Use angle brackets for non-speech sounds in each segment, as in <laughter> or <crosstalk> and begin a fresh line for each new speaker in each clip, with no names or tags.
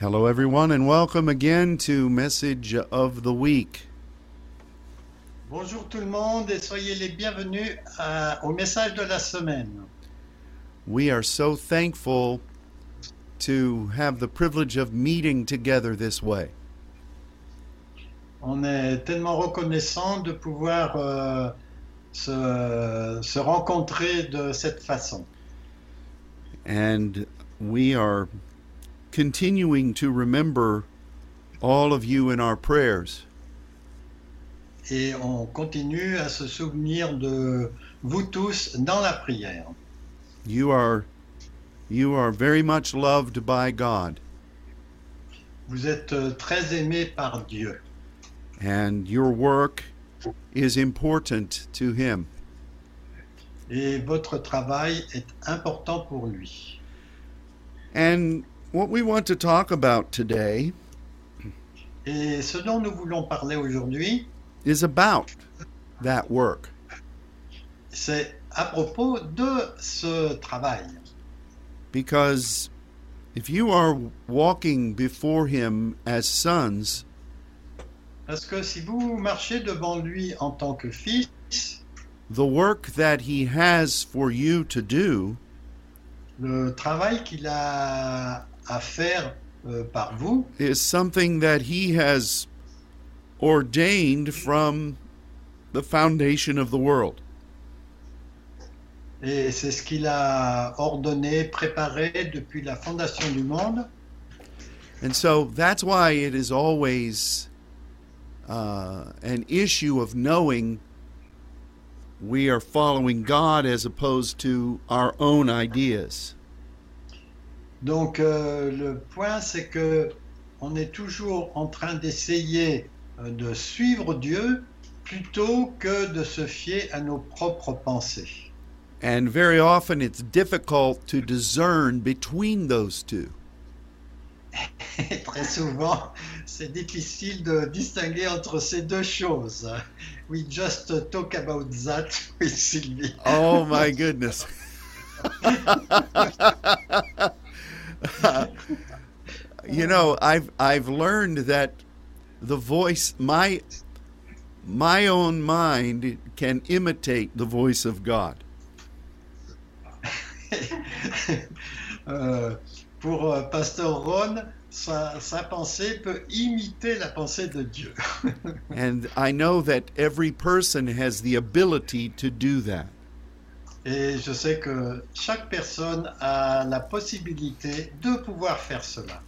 Hello, everyone, and welcome again to Message of the Week.
Bonjour tout le monde et soyez les bienvenus à- au message de la semaine.
We are so thankful to have the privilege of meeting together this way.
On est tellement reconnaissant de pouvoir euh, se, se rencontrer de cette façon.
And we are continuing to remember all of you in our prayers.
Et on continue à se souvenir de vous tous dans la prière.
You are you are very much loved by God,
Vous êtes euh, très aimés par Dieu
and your work is important to him.
et votre travail est important pour lui.
And what we want to talk about today
Et ce dont nous voulons parler aujourd'hui,
is about that work.
c'est à propos de ce travail.
Because if you are walking before Him as sons,
Parce que si vous marchez devant lui en tant que fils,
the work that He has for you to do
le travail qu'il a à faire euh, par vous,
is something that He has ordained from the foundation of the world.
et c'est ce qu'il a ordonné, préparé depuis la fondation du monde,
And so that's why it is always uh, an issue of knowing we are following God as opposed to our own ideas.
Donc euh, le point, c'est que on est toujours en train d'essayer euh, de suivre Dieu plutôt que de se fier à nos propres pensées.
And very often it's difficult to discern between those two.
Et très souvent, c'est difficile de distinguer entre ces deux choses. We just talk about that with Sylvie. <laughs>
Oh my goodness. you know, I've I've learned that the voice my my own mind can imitate the voice of God.
Euh, pour euh, Pasteur Ron, sa, sa pensée peut imiter la pensée de Dieu. <laughs>
And I know that every person has the ability to do that.
Et je sais que chaque personne a la possibilité de pouvoir faire cela.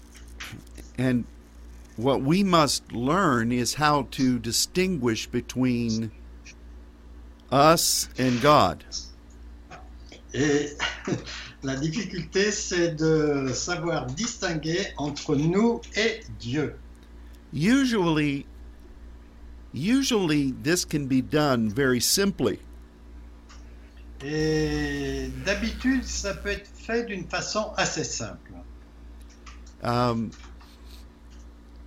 And what we must learn is how to distinguish between us and God.
Et <laughs> la difficulté, c'est de savoir distinguer entre nous et Dieu.
Usually usually this can be done very simply.
Et d'habitude, ça peut être fait d'une façon assez simple.
Um,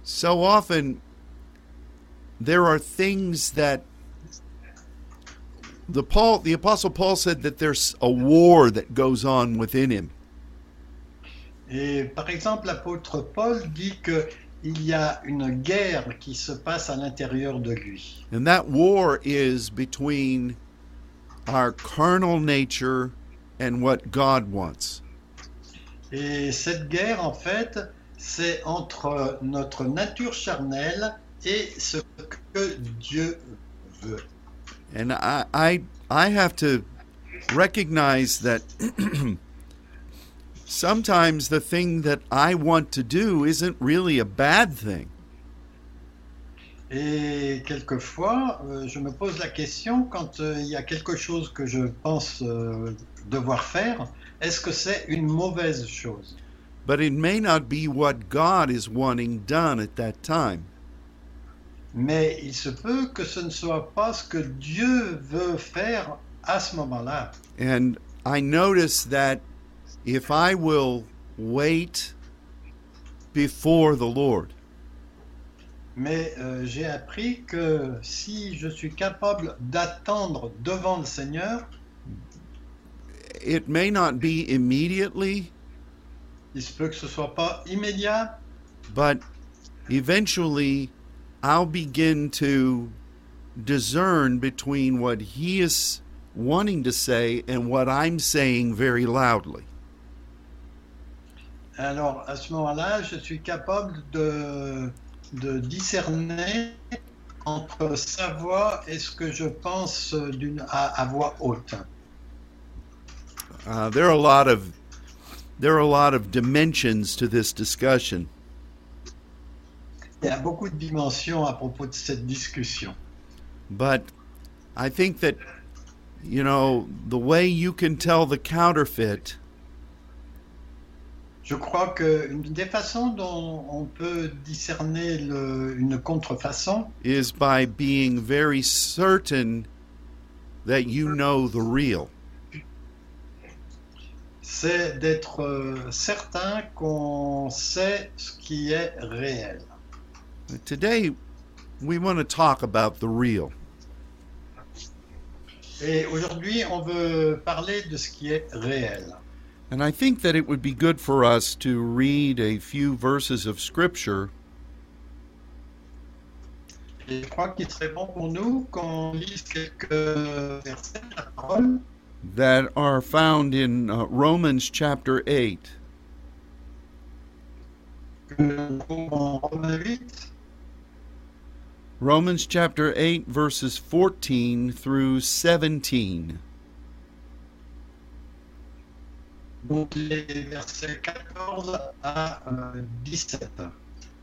so often there are things that the Paul the apostle Paul said that there's a war that goes on within him.
Et par exemple, l'apôtre Paul dit que il y a une guerre qui se passe à l'intérieur de lui.
And that war is between our carnal nature and what God wants.
Et cette guerre, en fait, c'est entre notre nature charnelle et ce que Dieu veut.
And I I, I have to recognize that <clears throat> sometimes the thing that I want to do isn't really a bad thing.
Et quelquefois, euh, je me pose la question quand euh, il y a quelque chose que je pense euh, devoir faire, est-ce que c'est une mauvaise chose
But it may not be what God is wanting done at that time.
Mais il se peut que ce ne soit pas ce que Dieu veut faire à ce moment-là.
And I notice that if I will wait before the Lord,
Mais euh, j'ai appris que si je suis capable d'attendre devant le Seigneur,
it may not be immediately,
il se peut que ce soit pas immédiat,
But eventually, I'll begin to discern between what he is wanting to say and what I'm saying very loudly.
Alors, à ce moment-là, je suis capable de, de discerner entre sa voix et ce que je pense d'une, à, à voix haute.
Uh, there are a lot of there are a lot of dimensions to this discussion,
Il y a beaucoup de dimensions à propos de cette discussion.
but I think that you know the way you can tell the counterfeit
Je crois qu'une des façons dont on peut discerner le- une contrefaçon,
is by being very certain that you know the real.
c'est d'être euh, certain qu'on sait ce qui est réel.
Today, we want to talk about the real.
Et aujourd'hui, on veut parler de ce qui est réel.
And I think that it would be good for us to read a few verses of Scripture
Et je crois qu'il serait bon pour nous qu'on lise quelques versets de la parole
that are found in uh, Romans chapter 8.
que l'on trouve en Romains 8,
Romans chapter 8, verses 14 through 17.
donc les versets 14 à euh, 17.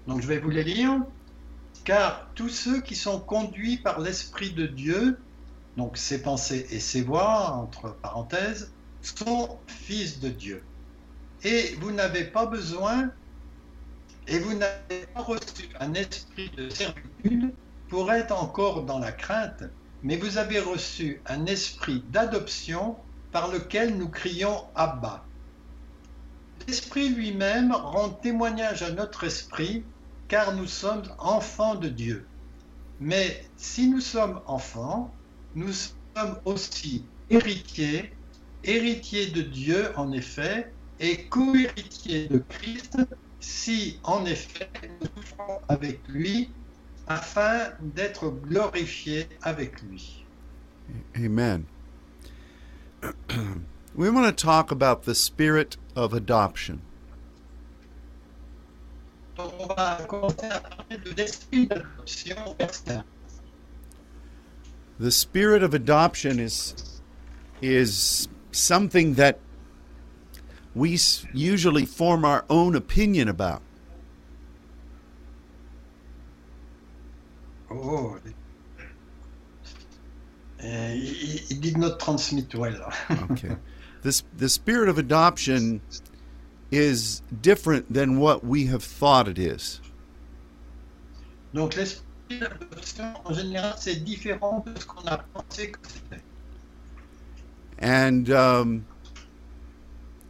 Donc je vais vous les lire. Car tous ceux qui sont conduits par l'Esprit de Dieu, donc ses pensées et ses voix, entre parenthèses, sont fils de Dieu. Et vous n'avez pas besoin, et vous n'avez pas reçu un esprit de servitude pour être encore dans la crainte, mais vous avez reçu un esprit d'adoption par lequel nous crions Abba. L'esprit lui-même rend témoignage à notre esprit, car nous sommes enfants de Dieu. Mais si nous sommes enfants, nous sommes aussi héritiers, héritiers de Dieu en effet, et co-héritiers de Christ, si en effet nous souffrons avec lui, afin d'être glorifiés avec lui.
Amen. <clears throat> we want to talk about the spirit of adoption.
Donc on va commencer à parler de l'esprit d'adoption. verset
The spirit of adoption is is something that we s- usually form our own opinion about.
Oh. Euh, il, il dit not transmit well.
Okay. this <laughs> the spirit of adoption is different than what we have thought it is.
<laughs> Donc l'esprit d'adoption, en général, c'est différent de ce qu'on a pensé que c'était.
And um,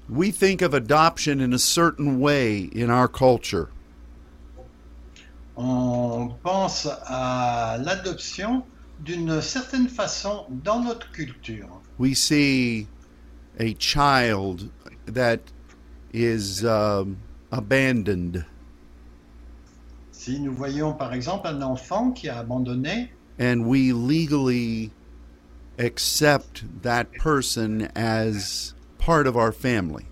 we think of adoption in a certain way in our culture.
On pense à l'adoption d'une certaine façon dans notre culture.
We see a child that is um, abandoned
Si nous voyons par exemple un enfant qui a abandonné,
and we legally accept that person as part of our family.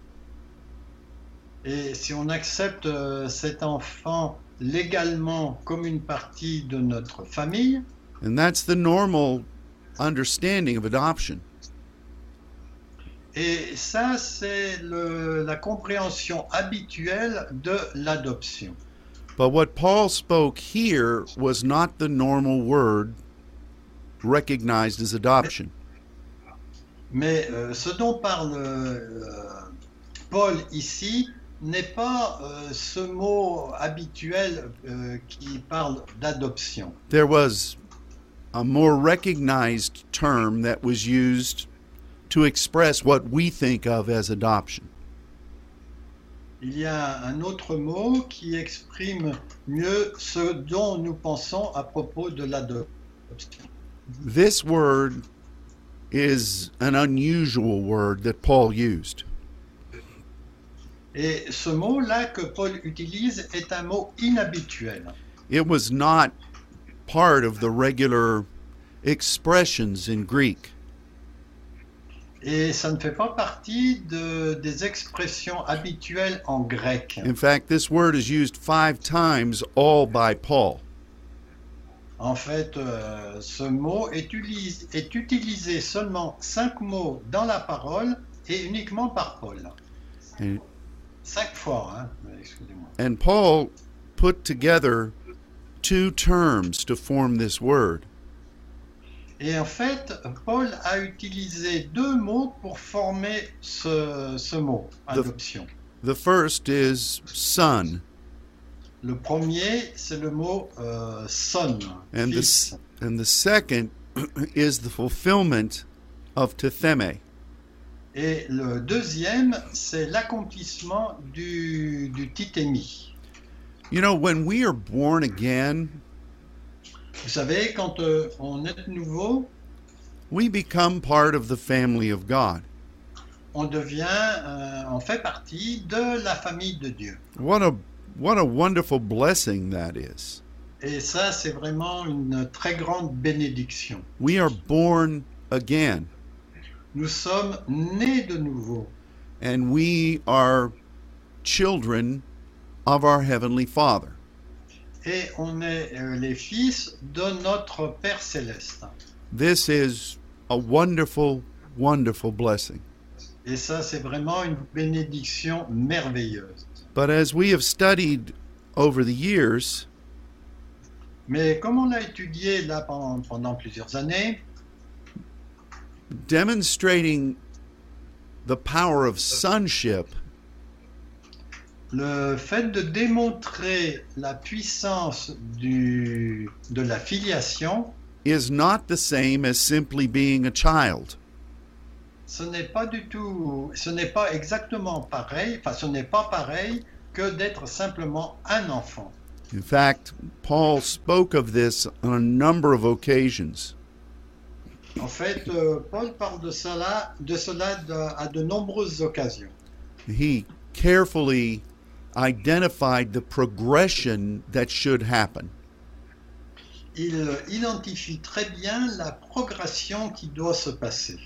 Et si on accepte euh, cet enfant légalement comme une partie de notre famille,
And that's the normal understanding of adoption.
et ça c'est le- la compréhension habituelle de l'adoption.
But what Paul spoke here was not the normal word recognized as adoption.
Mais euh, ce dont parle euh, Paul ici n'est pas euh, ce mot habituel euh, qui parle d'adoption.
There was a more recognized term that was used to express what we think of as adoption.
Il y a un autre mot qui exprime mieux ce dont nous pensons à propos de l'adoption.
This word is an unusual word that Paul used.
Et ce mot-là que Paul utilise est un mot inhabituel.
It was not part of the regular expressions in Greek.
Et ça ne fait pas partie de- des expressions habituelles en grec.
In fact, this word is used five times, all by Paul.
En fait, euh, ce mot est, ulis- est utilisé seulement cinq mots dans la parole et uniquement par Paul.
Et-
Cinq fois, hein, excusez-moi.
And Paul put together two terms to form this word.
Et en fait, Paul a utilisé deux mots pour former ce, ce mot, adoption.
The first is son,
Le premier, c'est le mot euh, son.
and the,
fils.
s- and the second <clears throat> is the fulfillment of tetheme.
Et le deuxième, c'est l'accomplissement du, du titémie.
You know, when we are born again,
Vous savez, quand euh, on est nouveau,
we become part of the family of God.
on devient, euh, on fait partie de la famille de Dieu.
What a what a wonderful blessing that is.
Et ça, c'est vraiment une très grande bénédiction.
We are born again
Nous sommes nés de nouveau
and we are children of our heavenly Father.
et on est euh, les fils de notre Père céleste.
This is a wonderful wonderful blessing.
Et ça, c'est vraiment une bénédiction merveilleuse.
But as we have studied over the years,
Mais comme on l'a étudié là pendant- pendant plusieurs années,
demonstrating the power of sonship
Le fait de démontrer la puissance du- de la filiation,
is not the same as simply being a child.
ce n'est pas du tout, ce n'est pas exactement pareil, enfin ce n'est pas pareil que d'être simplement un enfant.
In fact, Paul spoke of this on a number of occasions.
En fait, euh, Paul parle de cela, de cela de- à de nombreuses occasions.
He carefully identified the progression that should happen.
Il identifie très bien la progression qui doit se passer,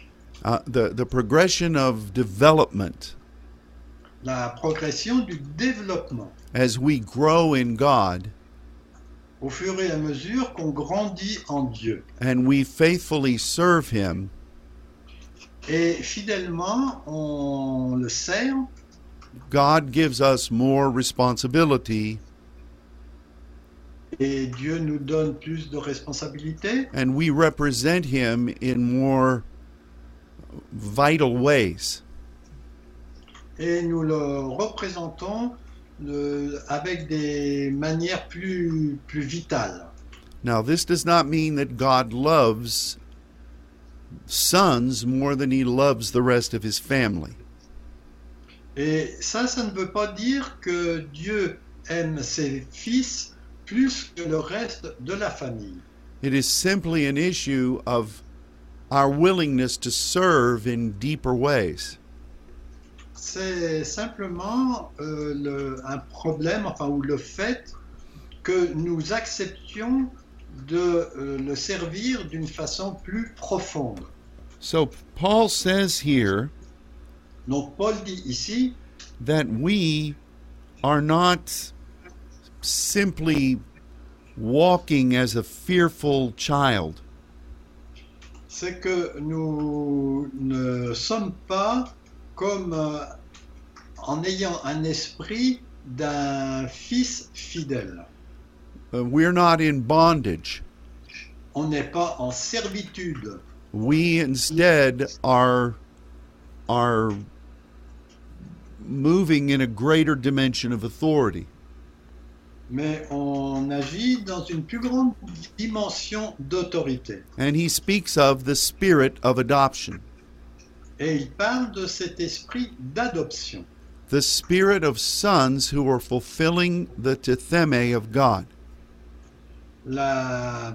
Uh, the, the progression of development
la progression du développement.
as we grow in God
Au fur et à mesure qu'on grandit en Dieu.
and we faithfully serve Him,
Et fidèlement, on le sert,
God gives us more responsibility
et Dieu nous donne plus de responsabilités,
and we represent Him in more vital ways.
et nous le représentons euh, avec des manières plus, plus vitales.
Now, this does not mean that God loves sons more than He loves the rest of His family.
Et ça, ça ne veut pas dire que Dieu aime ses fils plus que le reste de la famille.
It is simply an issue of our willingness to serve in deeper ways.
C'est simplement euh, le- un problème, enfin, ou le fait que nous acceptions de euh, le servir d'une façon plus profonde.
So, Paul says here
Donc Paul dit ici,
that we are not simply walking as a fearful child,
c'est que nous ne sommes pas comme euh, en ayant un esprit d'un fils fidèle.
Uh, we're not in bondage.
On n'est pas en servitude.
we instead are are moving in a greater dimension of authority
Mais on agit dans une plus grande dimension d'autorité.
and he speaks of the spirit of adoption
Et il parle de cet esprit d'adoption,
the spirit of sons who are fulfilling the tetheme of god
La-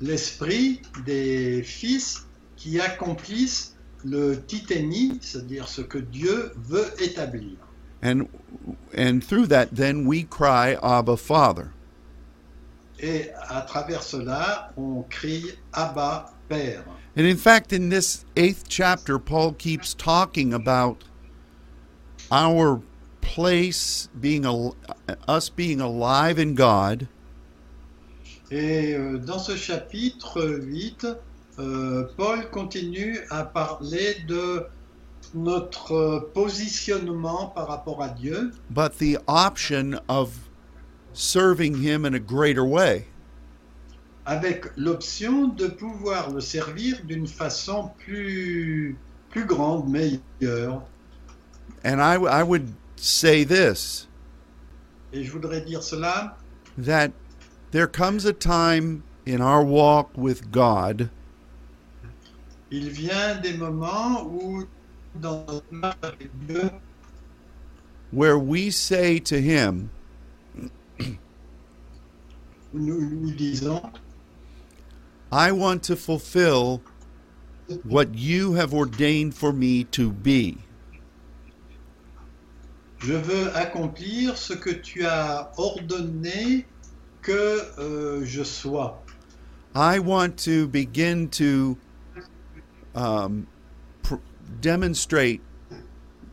l'esprit des fils qui accomplissent le titénie, c'est-à-dire ce que Dieu veut établir.
And and through that then we cry Abba Father.
Et à travers cela, on crie Abba, Père.
And in fact in this 8th chapter Paul keeps talking about our place being al- us being alive in God
Et euh, dans ce chapitre 8, euh, Paul continue à parler de notre euh, positionnement par rapport à Dieu,
but the option of serving him in a greater way.
avec l'option de pouvoir le servir d'une façon plus, plus grande, meilleure.
And I, w- I would say this
Et je voudrais dire cela,
that there comes a time in our walk with God
il vient des moments où dans notre marche avec Dieu,
where we say to him,
nous nous disons,
I want to fulfill what you have ordained for me to be.
Je veux accomplir ce que tu as ordonné que euh, je sois.
I want to begin to um, pr- demonstrate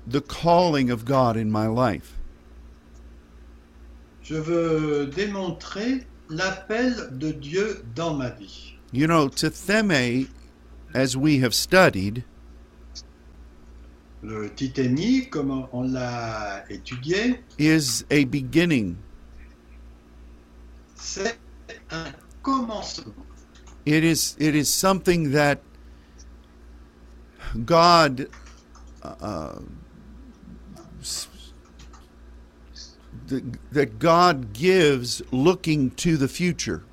the calling of God in my life.
Je veux démontrer l'appel de Dieu dans ma vie.
You know, to Theme, as we have studied,
Le titémie, comme on l'a étudié,
is a beginning.
c'est un commencement.
It is it is something that God uh, s- th- that God gives looking to the future.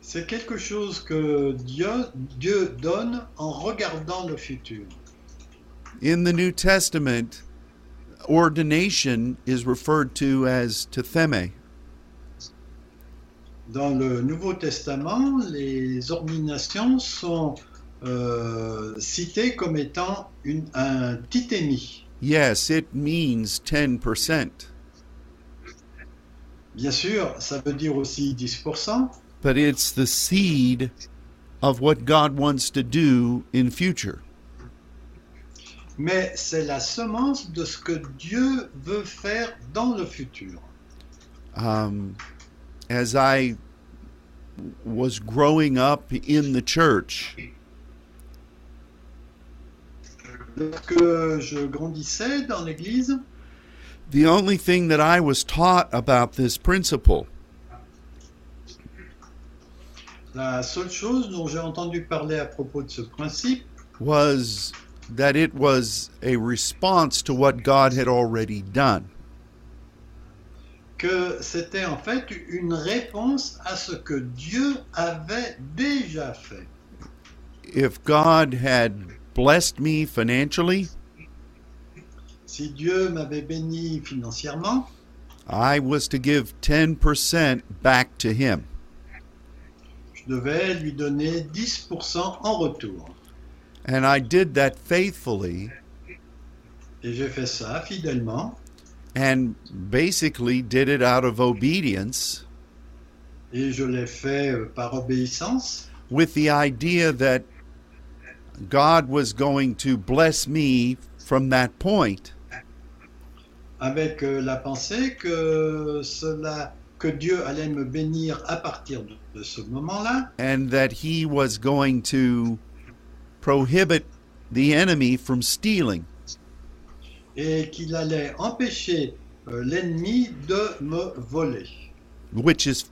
C'est quelque chose que Dieu, Dieu donne en regardant le futur.
In the New Testament, ordination is referred to as tetheme.
Dans le Nouveau Testament, les ordinations sont euh, citées comme étant une, un titémie.
Yes, it means 10%,
Bien sûr, ça veut dire aussi 10%,
but it's the seed of what God wants to do in future.
mais c'est la semence de ce que Dieu veut faire dans le futur.
Um, as I was growing up in the church,
Lorsque je grandissais dans l'Église,
the only thing that I was taught about this principle
la seule chose dont j'ai entendu parler à propos de ce principe,
was that it was a response to what God had already done.
que c'était en fait une réponse à ce que Dieu avait déjà fait.
if God had blessed me financially,
Si Dieu m'avait béni financièrement,
I was to give 10% back to Him.
je devais lui donner 10% en retour.
And I did that faithfully
Et j'ai fait ça fidèlement
and basically did it out of obedience
et je l'ai fait euh, par obéissance
with the idea that God was going to bless me from that point.
avec euh, la pensée que cela que Dieu allait me bénir à partir de, de ce moment-là
and that he was going to prohibit the enemy from stealing.
et qu'il allait empêcher euh, l'ennemi de me voler.
which is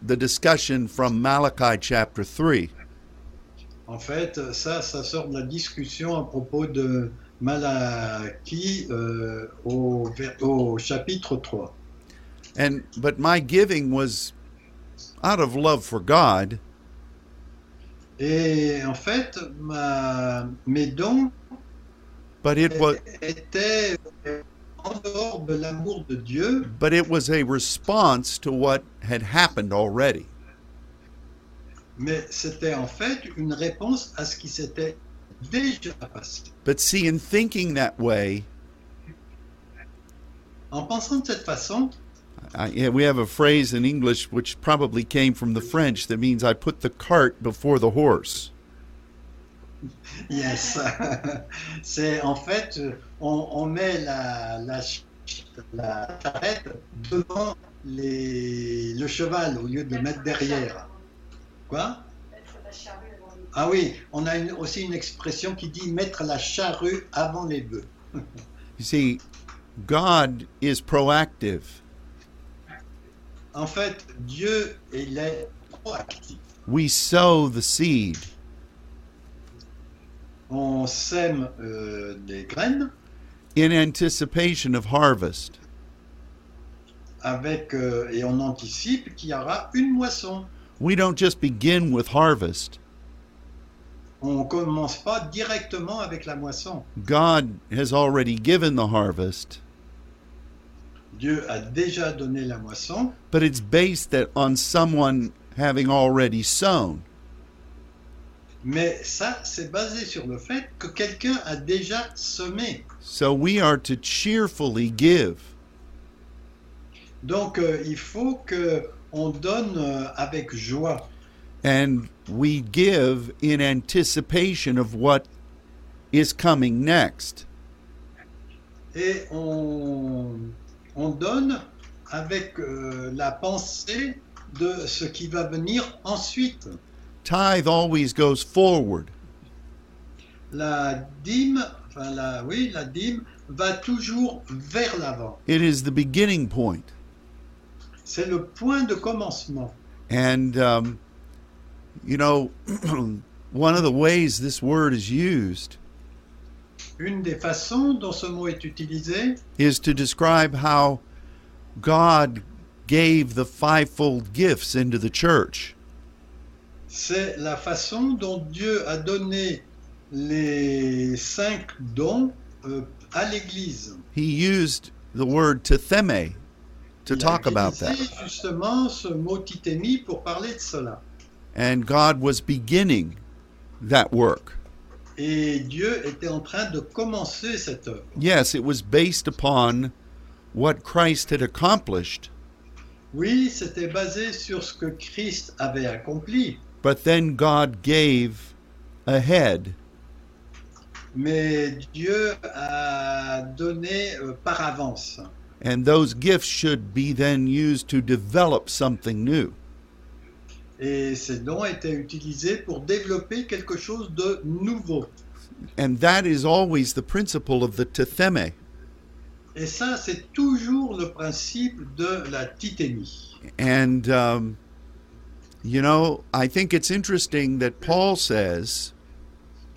the discussion from Malachi chapter 3.
En fait, ça, ça sort de la discussion à propos de Malachie euh, au ver- au chapitre 3.
And but my giving was out of love for God,
Et en fait, ma, mes dons
but it was
étaient en dehors de l'amour de Dieu,
but it was a response to what had happened already.
mais c'était en fait une réponse à ce qui s'était déjà passé.
But see in thinking that way,
En pensant de cette façon,
I, yeah, we have a phrase in English which probably came from the French that means I put the cart before the horse.
yes, <laughs> c'est en fait, on, on met la, la, ch- la charrette devant les- le cheval au lieu de le mettre derrière. Quoi
Mettre la charrue avant les
Ah oui, on a une- aussi une expression qui dit mettre la charrue avant les bœufs.
You see, God is proactive.
En fait, Dieu, il est proactif.
We sow the seed,
On sème euh, des graines
in anticipation of harvest.
avec, euh, et on anticipe qu'il y aura une moisson.
We don't just begin with harvest.
On commence pas directement avec la moisson.
God has already given the harvest,
Dieu a déjà donné la moisson,
but it's based that on someone having already sown.
mais ça, c'est basé sur le fait que quelqu'un a déjà semé.
So we are to cheerfully give.
Donc, euh, il faut que on donne euh, avec joie
and we give in anticipation of what is coming next.
et on, on donne avec euh, la pensée de ce qui va venir ensuite.
Tithe always goes forward.
la dîme, enfin la, oui, la dîme va toujours vers l'avant.
It is the beginning point.
C'est le point de commencement.
And, um, you know, <clears throat> one of the ways this word is used
Une des façons dont ce mot est utilisé,
is to describe how God gave the fivefold gifts into the church.
c'est la façon dont Dieu a donné les cinq dons euh, à l'Église.
He used the word tetheme to
Il a
talk about
utilisé
that.
justement ce mot titémie pour parler de cela.
And God was beginning that work.
Et Dieu était en train de commencer cette œuvre.
Yes, it was based upon what Christ had accomplished,
Oui, c'était basé sur ce que Christ avait accompli.
but then God gave ahead.
mais Dieu a donné euh, par avance.
And those gifts should be then used to develop something new.
Et ces dons étaient utilisés pour développer quelque chose de nouveau.
And that is always the principle of the tetheme.
Et ça, c'est toujours le principe de la titémie.
And, um, you know, I think it's interesting that Paul says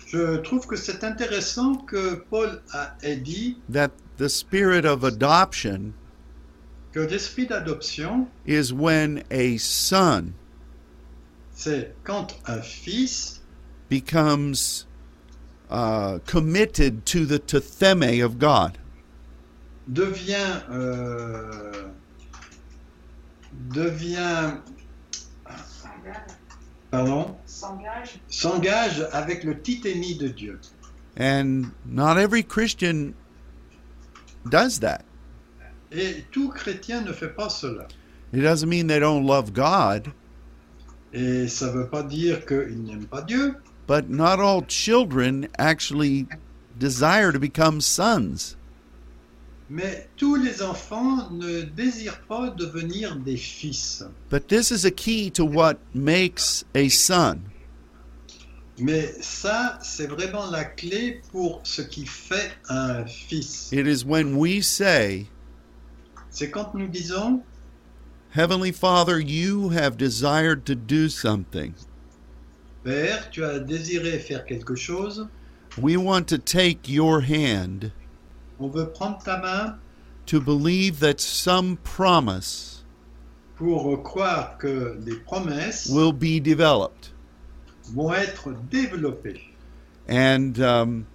Je trouve que c'est intéressant que Paul a ait dit
that the spirit of adoption
que l'esprit d'adoption,
is when a son
c'est quand un fils
becomes uh, committed to the tetheme of God.
devient... euh, devient...
sanglages.
Pardon
S'engage.
S'engage avec le titémie de Dieu.
And not every Christian does that.
Et tout chrétien ne fait pas cela.
It doesn't mean they don't love God,
Et ça ne veut pas dire qu'il n'aime pas Dieu,
but not all children actually desire to become sons.
mais tous les enfants ne désirent pas devenir des fils.
But this is a key to what makes a son.
Mais ça, c'est vraiment la clé pour ce qui fait un fils.
It is when we say,
C'est quand nous disons,
Heavenly Father, you have desired to do something.
Père, tu as désiré faire quelque chose,
We want to take your hand
on veut prendre ta main
to believe that some promise
pour croire que des promesses
will be developed.
vont être développées.
And um,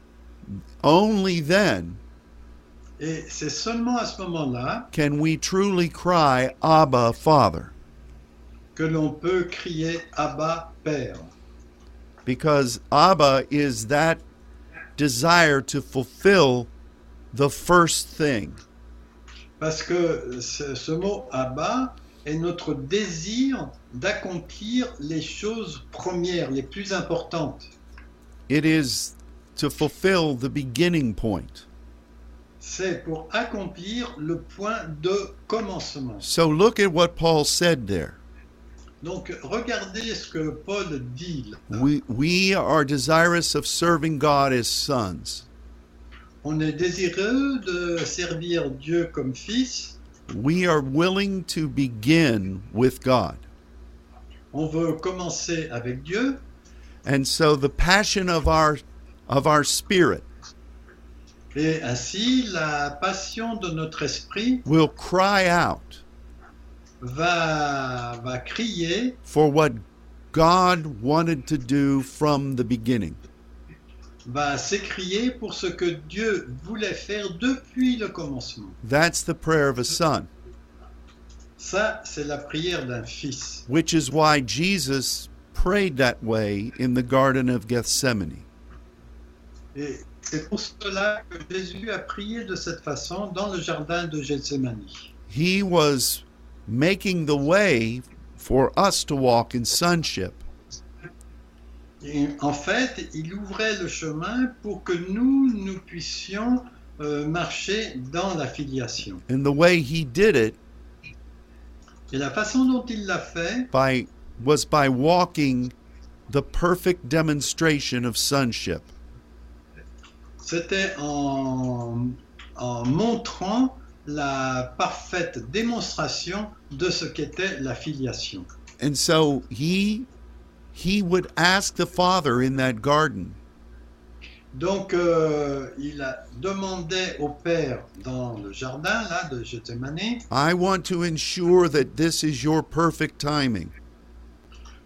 only then
Et c'est seulement à ce moment-là
can we truly cry, Abba, Father,
que l'on peut crier Abba Père.
because Abba is that desire to fulfill the first thing.
parce que ce, ce mot Abba est notre désir d'accomplir les choses premières, les plus importantes.
It is to fulfill the beginning point.
C'est pour accomplir le point de commencement.
So look at what Paul said there.
Donc regardez ce que Paul dit. là.
We, we are desirous of serving God as sons.
On est désireux de servir Dieu comme fils.
We are willing to begin with God.
On veut commencer avec Dieu.
And so the passion of our of our spirit
Et ainsi, la passion de notre esprit
will cry out
va, va crier
for what God wanted to do from the beginning.
va s'écrier pour ce que Dieu voulait faire depuis le commencement.
That's the prayer of a son,
Ça, c'est la prière d'un fils.
which is why Jesus prayed that way in the garden of Gethsemane.
Et c'est pour cela que Jésus a prié de cette façon dans le jardin de Gethsemane.
He was making the way for us to walk in sonship.
Et en fait, il ouvrait le chemin pour que nous, nous puissions euh, marcher dans la filiation.
And the way he did it
Et la façon dont il l'a fait,
by was by walking the perfect demonstration of sonship.
c'était en, en montrant la parfaite démonstration de ce qu'était la filiation.
And so he he would ask the Father in that garden,
Donc, euh, il a- demandait au Père dans le jardin, là, de Gethsemane,
I want to ensure that this is your perfect timing.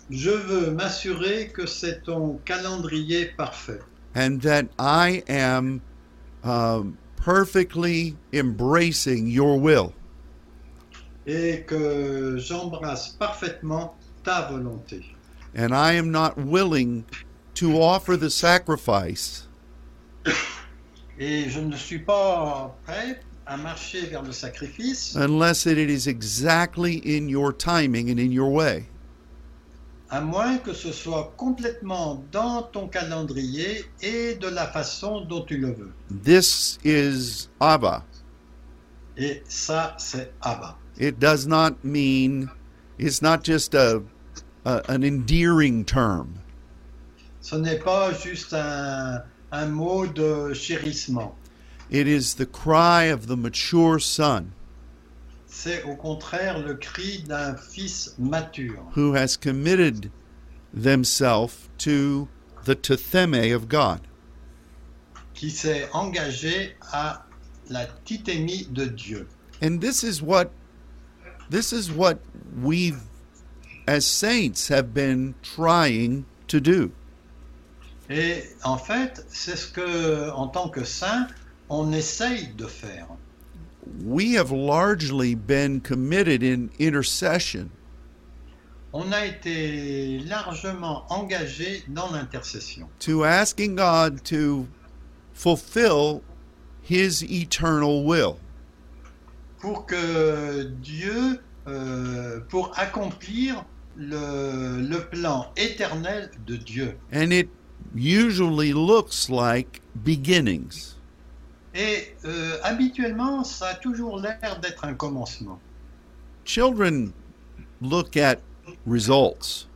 je veux m'assurer que c'est ton calendrier parfait
and that I am um, perfectly embracing your will.
et que j'embrasse parfaitement ta volonté.
And I am not willing to offer the sacrifice
Et je ne suis pas prêt à marcher vers le sacrifice
unless it is exactly in your timing and in your way.
à moins que ce soit complètement dans ton calendrier et de la façon dont tu le veux.
This is Abba.
Et ça, c'est Abba.
It does not mean, it's not just a, a an endearing term.
Ce n'est pas juste un, un mot de chérissement.
It is the cry of the mature son
C'est au contraire le cri d'un fils mature
who has committed themselves to the tetheme of God.
qui s'est engagé à la titémie de Dieu.
And this is what this is what we as saints have been trying to do.
Et en fait, c'est ce que, en tant que saint, on essaye de faire.
We have largely been committed in intercession,
On a été largement engagé dans l'intercession,
to asking God to fulfill his eternal will.
pour que Dieu, euh, pour accomplir le, le plan éternel de Dieu.
And it usually looks like beginnings.
Et euh, habituellement, ça a toujours l'air d'être un commencement.
Children look at results.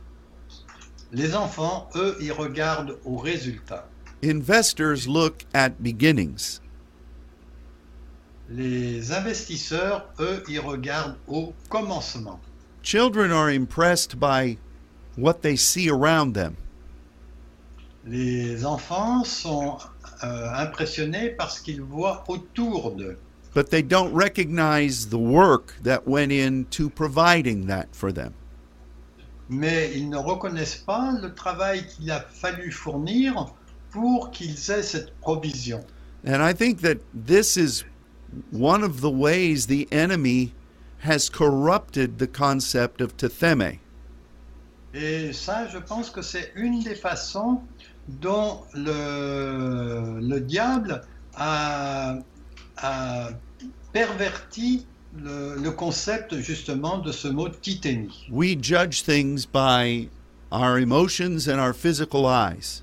Les enfants, eux, ils regardent au résultat.
Investors look at beginnings.
Les investisseurs, eux, ils regardent au commencement.
Children are impressed by what they see around them.
Les enfants sont euh, impressionnés par ce qu'ils voient autour d'eux,
But they don't recognize the work that went into providing that for them.
mais ils ne reconnaissent pas le travail qu'il a fallu fournir pour qu'ils aient cette provision.
And I think that this is one of the ways the enemy has corrupted the concept of tetheme.
Et ça, je pense que c'est une des façons dont le, le diable a, a perverti le, le concept justement de ce mot titénie.
We judge things by our emotions and our physical eyes.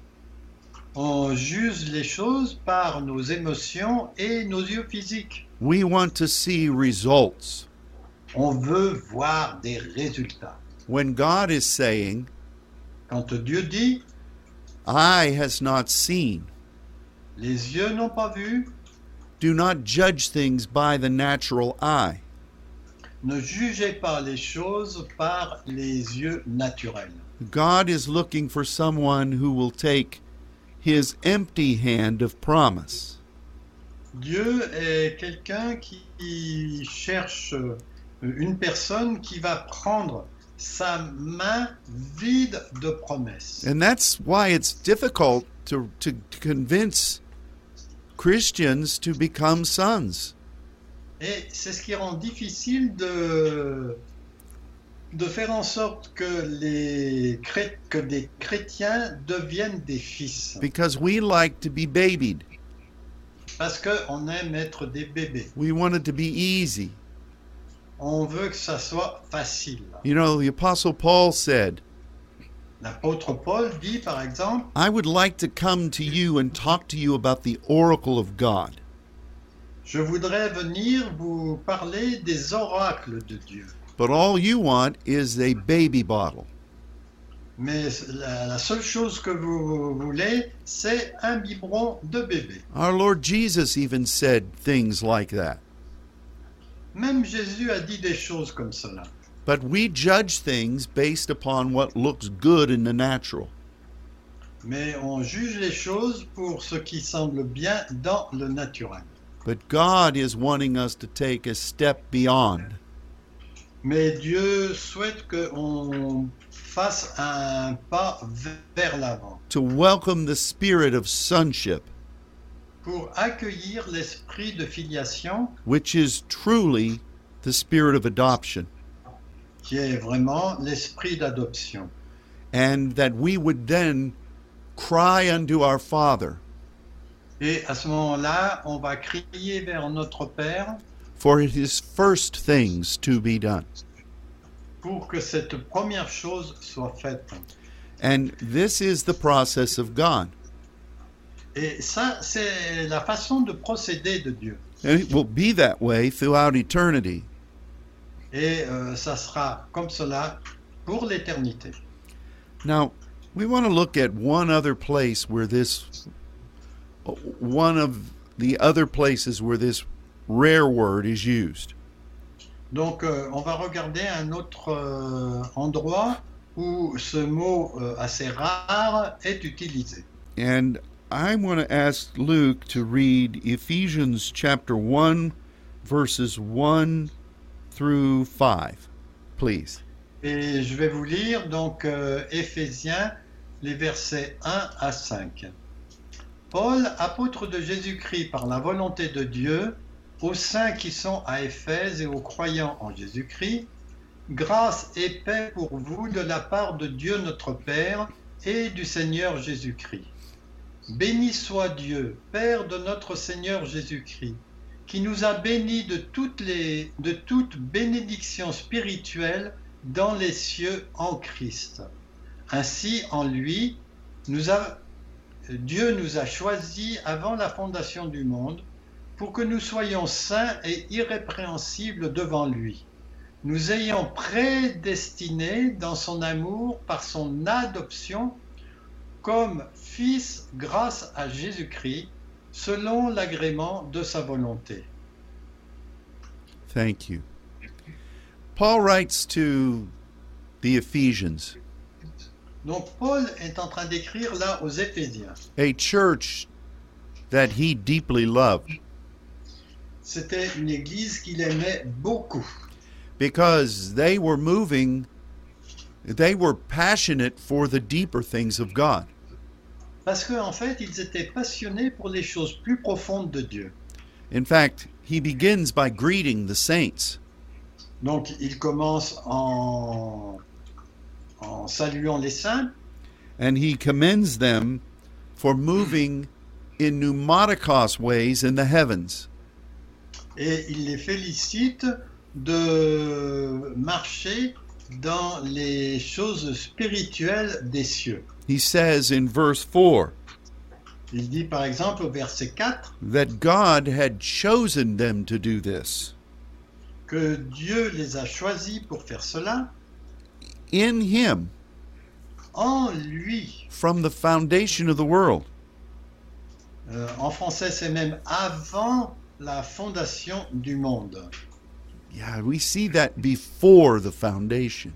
On juge les choses par nos émotions et nos yeux physiques.
We want to see results.
On veut voir des résultats.
When God is saying,
Quand Dieu dit,
Eye has not seen,
les yeux n'ont pas vu,
do not judge things by the natural eye.
ne jugez pas les choses par les yeux naturels.
God is looking for someone who will take his empty hand of promise
Dieu est quelqu'un qui cherche euh, une personne qui va prendre sa main vide de promesses.
And that's why it's difficult to, to convince Christians to become sons.
Et c'est ce qui rend difficile de, de faire en sorte que les, chré- que des chrétiens deviennent des fils.
Because we like to be babied.
Parce qu'on aime être des bébés.
We want it to be easy.
On veut que ça soit facile.
You know, the Apostle Paul said,
L'apôtre Paul dit par exemple,
I would like to come to you and talk to you about the oracle of God.
je voudrais venir vous parler des oracles de Dieu.
But all you want is a baby bottle.
Mais la, la seule chose que vous voulez, c'est un biberon de bébé.
Our Lord Jesus even said things like that.
Même Jésus a dit des choses comme cela.
But we judge things based upon what looks good in the natural.
Mais on juge les choses pour ce qui semble bien dans le naturel.
But God is wanting us to take a step beyond.
Mais Dieu souhaite qu'on fasse un pas vers l'avant
to welcome the spirit of sonship,
pour accueillir l'esprit de filiation
which is truly the spirit of adoption,
qui est vraiment l'esprit d'adoption.
and that we would then cry unto our Father,
Et à ce moment-là, on va crier vers notre Père
for it is first things to be done.
pour que cette première chose soit faite.
And this is the process of God.
Et ça, c'est la façon de procéder de Dieu.
And it will be that way throughout eternity.
Et euh, ça sera comme cela pour l'éternité.
Now, we want to look at one other place where this, one of the other places where this rare word is used.
Donc, euh, on va regarder un autre euh, endroit où ce mot euh, assez rare est utilisé.
And I want to ask Luke to read Ephesians chapter 1, verses 1 through 5, please.
Et je vais vous lire donc euh, Ephésiens, les versets 1 à 5. Paul, apôtre de Jésus-Christ par la volonté de Dieu, aux saints qui sont à Éphèse et aux croyants en Jésus-Christ, grâce et paix pour vous de la part de Dieu notre Père et du Seigneur Jésus-Christ. Béni soit Dieu, Père de notre Seigneur Jésus-Christ, qui nous a bénis de, toutes les, de toute bénédiction spirituelle dans les cieux en Christ. Ainsi, en lui, nous a- Dieu nous a choisis avant la fondation du monde pour que nous soyons saints et irrépréhensibles devant lui, nous ayant prédestinés dans son amour par son adoption comme fils grâce à Jésus-Christ, selon l'agrément de sa volonté.
Thank you. Paul writes to the Ephesians,
Donc Paul est en train d'écrire là aux Éphésiens.
a church that he deeply loved,
C'était une église qu'il aimait beaucoup.
because they were moving, they were passionate for the deeper things of God.
Parce qu'en en fait, ils étaient passionnés pour les choses plus profondes de Dieu.
In fact, he begins by greeting the saints.
Donc, ils commencent en, en saluant les saints
and he commends them for moving in pneumaticos ways in the heavens.
et il les félicite de marcher dans les choses spirituelles des cieux.
He says in verse 4
Il dit par exemple au verset 4
that God had chosen them to do this.
que Dieu les a choisis pour faire cela
In Him,
en lui.
from the foundation of the world,
Euh, en français, c'est même avant la fondation du monde.
Yeah, we see that before the foundation.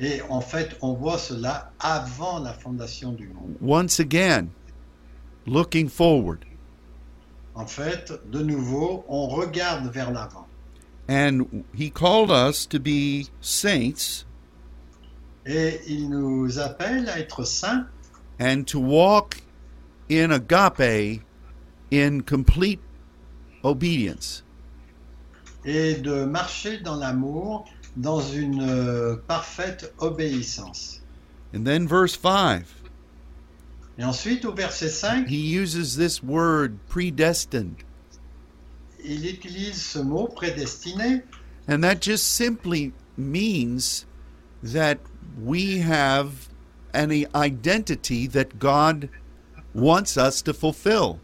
Et en fait, on voit cela avant la fondation du monde.
Once again, looking forward.
En fait, de nouveau, on regarde vers l'avant.
And he called us to be saints
Et il nous appelle à être saints
and to walk in agape in complete obedience.
et de marcher dans l'amour, dans une euh, parfaite obéissance.
And then verse 5,
Et ensuite, au verset 5,
he uses this word predestined.
il utilise ce mot prédestiné,
And that just simply means that we have an identity that God wants us to fulfill.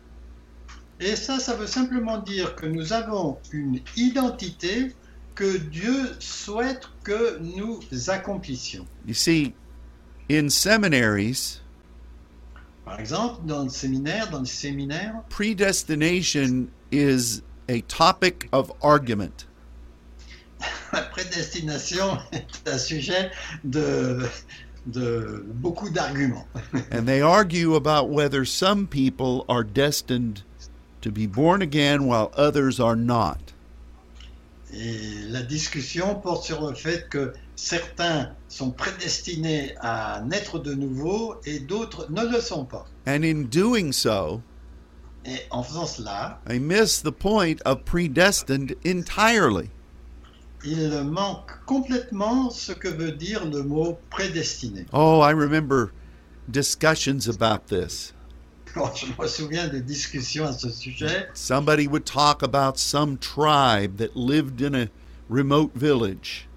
et ça, ça veut simplement dire que nous avons une identité que Dieu souhaite que nous accomplissions.
You see, in seminaries,
Par exemple, dans le séminaire, dans le séminaire, <laughs>
predestination is a topic of argument.
la prédestination est un sujet de, de beaucoup d'arguments. <laughs>
And they argue about whether some people are destined to be born again while others are not.
Et la discussion porte sur le fait que certains sont prédestinés à naître de nouveau et d'autres ne le sont pas.
And in doing so,
Et en faisant cela,
they miss the point of predestined entirely.
il manque complètement ce que veut dire le mot prédestiné. <laughs>
Oh, I remember discussions about this.
Alors, Oh, je me souviens des discussions à ce sujet.
Somebody would talk about some tribe that lived in a remote village.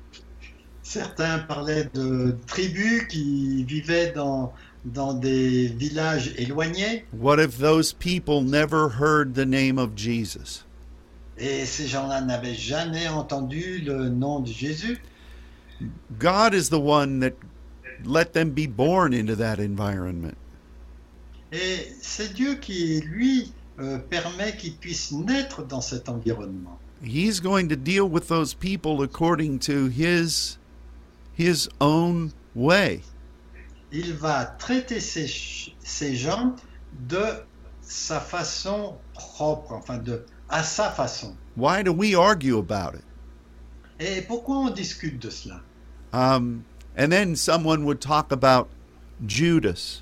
Certains parlaient de tribus qui vivaient dans, dans des villages éloignés
What if those people never heard the name of Jesus?
et ces gens-là n'avaient jamais entendu le nom de Jésus.
God is the one that let them be born into that environment.
Et c'est Dieu qui, lui, euh, permet qu'ils puissent naître dans cet environnement.
He's going to deal with those people according to his his own way.
Il va traiter ces, ch- ces gens de sa façon propre, enfin de, à sa façon.
Why do we argue about it?
Et pourquoi on discute de cela
Um, and then someone would talk about Judas.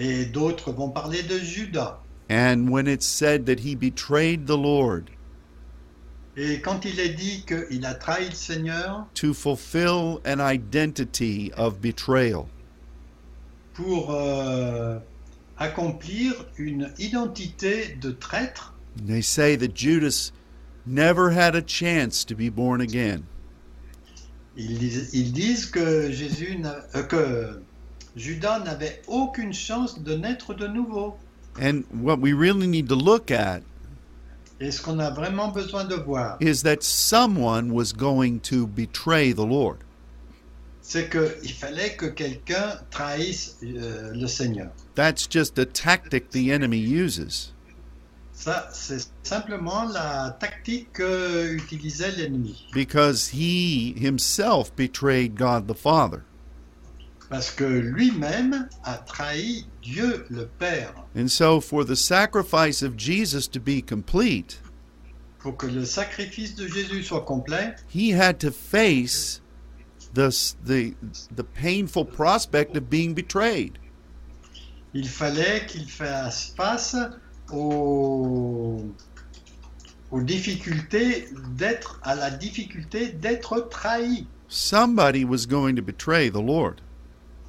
Et d'autres vont parler de Judas.
And when it's said that he betrayed the Lord
Et quand il est dit qu'il a trahi le Seigneur
to fulfill an identity of betrayal,
pour euh, accomplir une identité de traître,
and they say that Judas never had a chance to be born again.
Ils disent, ils disent que, Jésus n'a- euh, que Judas n'avait aucune chance de naître de nouveau.
And what we really need to look at
Et ce qu'on a vraiment besoin de voir,
is that someone was going to betray the Lord.
c'est qu'il fallait que quelqu'un trahisse euh, le Seigneur.
That's just a tactic the enemy uses.
Ça, c'est simplement la tactique que utilisait l'ennemi.
because he himself betrayed God the Father.
Parce que lui-même a trahi Dieu le Père.
And so, for the sacrifice of Jesus to be complete,
Pour que le sacrifice de Jésus soit complet,
he had to face the, the, the painful prospect of being betrayed.
il fallait qu'il fasse face aux, aux difficultés d'être à la difficulté d'être trahi.
Somebody was going to betray the Lord.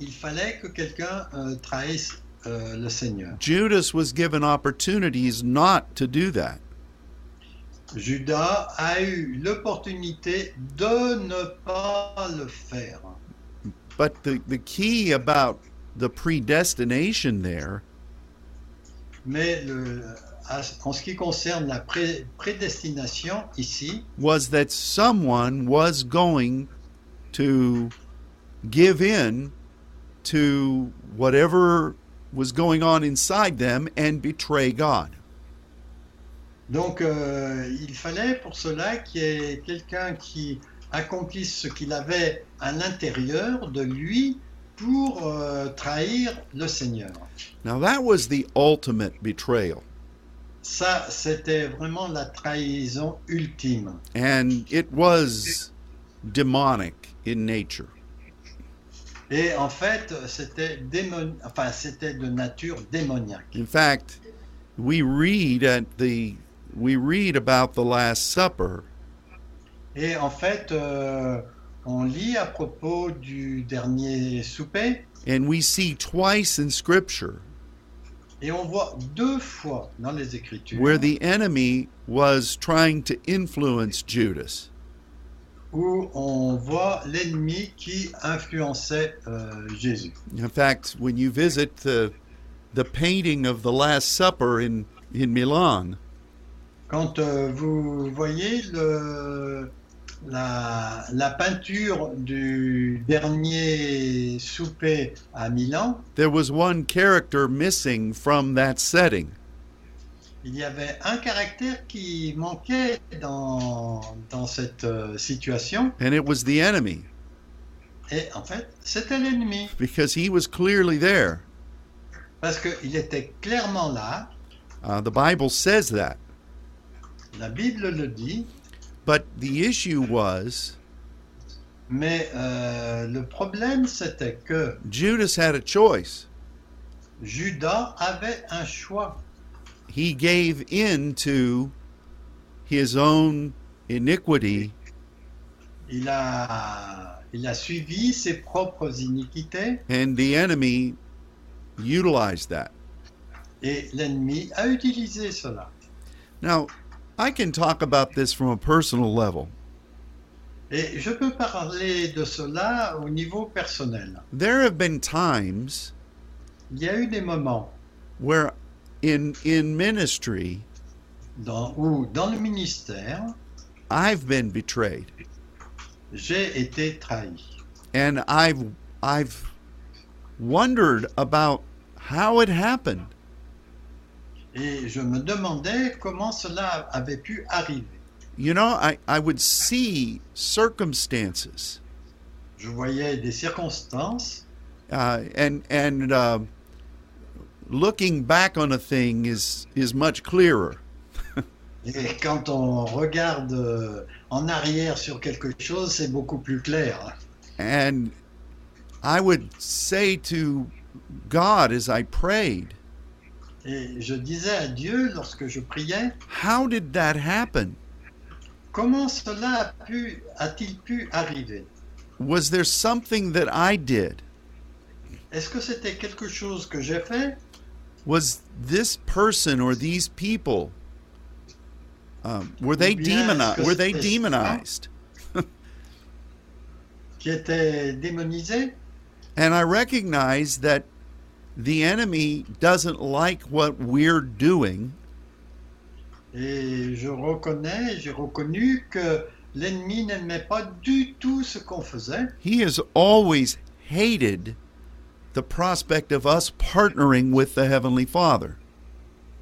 Il fallait que quelqu'un euh, trahisse euh, le Seigneur.
Judas was given opportunities not to do that.
Judas a eu l'opportunité de ne pas le faire.
But the, the key about the predestination there
Mais le- à- en ce qui concerne la pré- prédestination, ici,
was that someone was going to give in to whatever was going on inside them and betray God.
donc euh, il fallait pour cela qu'il y ait quelqu'un qui accomplisse ce qu'il avait à l'intérieur de lui pour euh, trahir le Seigneur.
Now, that was the ultimate betrayal,
Ça, c'était vraiment la trahison ultime.
and it was demonic in nature.
Et en fait, c'était démon... enfin, c'était de nature démoniaque.
In fact, we read at the we read about the last supper
Et en fait, euh, on lit à propos du dernier souper,
and we see twice in scripture
et on voit deux fois dans les Écritures
where the enemy was trying to influence Judas.
où on voit l'ennemi qui influençait euh, Jésus.
In fact, when you visit the the painting of the last supper in in Milan,
Quand euh, vous voyez le- la, la peinture du dernier souper à Milan,
there was one character missing from that setting.
Il y avait un caractère qui manquait dans, dans cette euh, situation,
and it was the enemy
et en fait, c'était l'ennemi,
because he was clearly there.
parce qu'il était clairement là,
Uh, the Bible says that.
la Bible le dit,
But the issue was
mais euh, le problème c'était que
Judas had a choice.
Judas avait un choix.
He gave in to his own iniquity
Il a, il a suivi ses propres iniquités,
and the enemy utilized that.
et l'ennemi a utilisé cela.
Now, I can talk about this from a personal level.
Et je peux parler de cela au niveau personnel.
There have been times
Il y a eu des moments
where in in ministry
dans, où, dans le ministère,
I've been betrayed
j'ai été trahi.
and I've I've wondered about how it happened.
Et je me demandais comment cela avait pu arriver.
You know, I, I would see circumstances
Je voyais des circonstances
uh, and and uh, looking back on a thing is is much clearer.
et quand on regarde euh, en arrière sur quelque chose, c'est beaucoup plus clair.
And I would say to God as I prayed,
Et je disais à Dieu lorsque je priais,
how did that happen?
comment cela a pu, a-t-il pu arriver
Was there something that I did?
Est-ce que c'était quelque chose que j'ai fait
was this person or these people um, were they
Yes,
demonized
because
were they
it's-
demonized
qui était démonisé
and i recognize that the enemy doesn't like what we're doing
Et je reconnais, j'ai reconnu que l'ennemi n'aimait pas du tout ce qu'on faisait.
he has always hated the prospect of us partnering with the heavenly father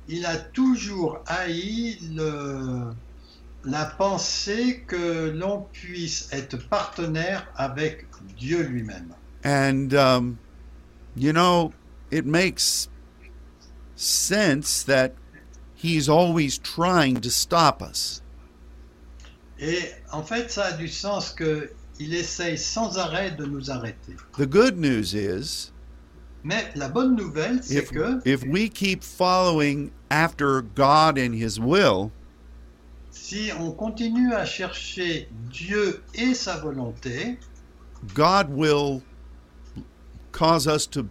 il a toujours haï le- la pensée que l'on puisse être partenaire avec Dieu lui-même.
and um, you know it makes sense that he's always trying to stop us
Et en fait, ça a du sens qu'il essaye sans arrêt de nous arrêter.
the good news is
Mais la bonne nouvelle, c'est
if,
que
if we keep following after God and His will,
si on continue à chercher Dieu et sa volonté,
God will cause us to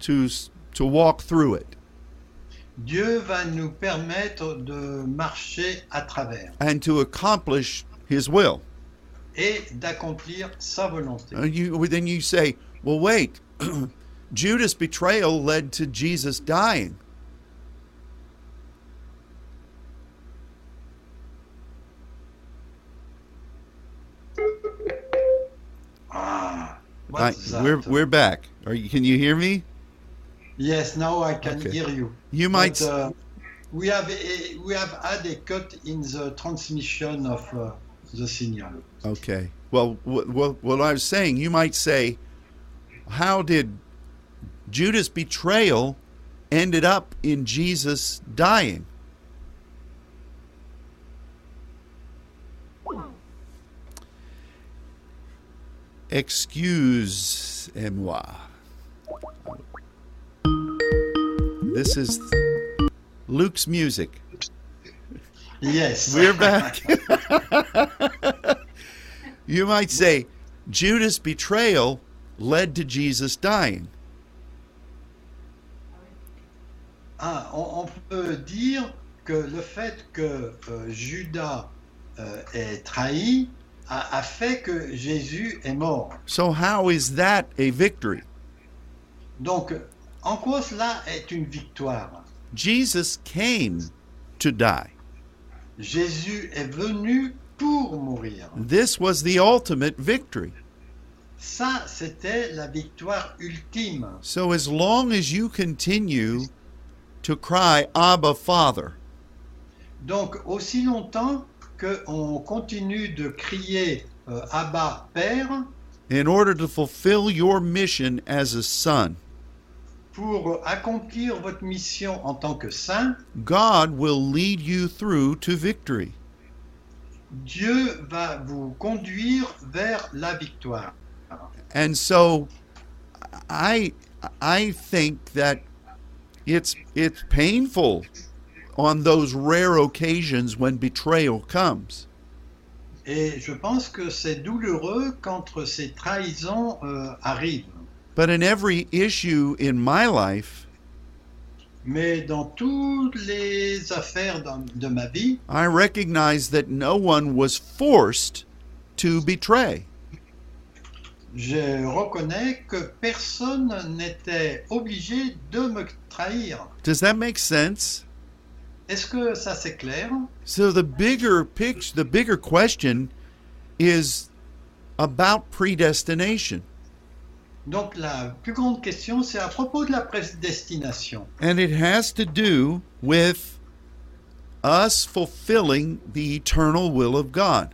to to walk through it.
Dieu va nous permettre de marcher à travers
and to accomplish His will.
et d'accomplir sa volonté.
And you, well, then you say, well, wait, <clears throat> Judas' betrayal led to Jesus dying.
Ah,
I,
what's that?
we're, we're back. Are you, can you hear me?
Yes, now I can
Okay.
hear you.
You might.
But, uh, we have a, we have had a cut in the transmission of uh, the signal.
Okay. Well, wh- wh- what I was saying, you might say, how did Judas' betrayal ended up in Jesus dying? Excuse-moi. This is Luke's music.
Yes.
We're back. <laughs> you might say Judas' betrayal led to Jesus dying.
<laughs> Ah, on, on peut dire que le fait que euh, Judas euh, est trahi a, a fait que Jésus est mort.
So, how is that a victory?
Donc, en quoi cela est une victoire
Jesus came to die.
Jésus est venu pour mourir.
This was the ultimate victory.
Ça, c'était la victoire ultime.
So, as long as you continue to cry, Abba, Father,
Donc, aussi longtemps qu'on continue de crier euh, Abba Père
in order to fulfill your mission as a son,
pour accomplir votre mission en tant que saint,
God will lead you through to victory.
Dieu va vous conduire vers la victoire.
and so i i think that it's it's painful on those rare occasions when betrayal comes
Et je pense que c'est douloureux quand ces trahisons euh, arrivent.
but in every issue in my life
Mais dans toutes les affaires dans- de ma vie,
i recognize that no one was forced to betray
je reconnais que personne n'était obligé de me trahir.
does that make sense
Est-ce que ça c'est clair
so the bigger picture the bigger question is about predestination
Donc la plus grande question, c'est à propos de la prédestination.
And it has to do with us fulfilling the eternal will of God.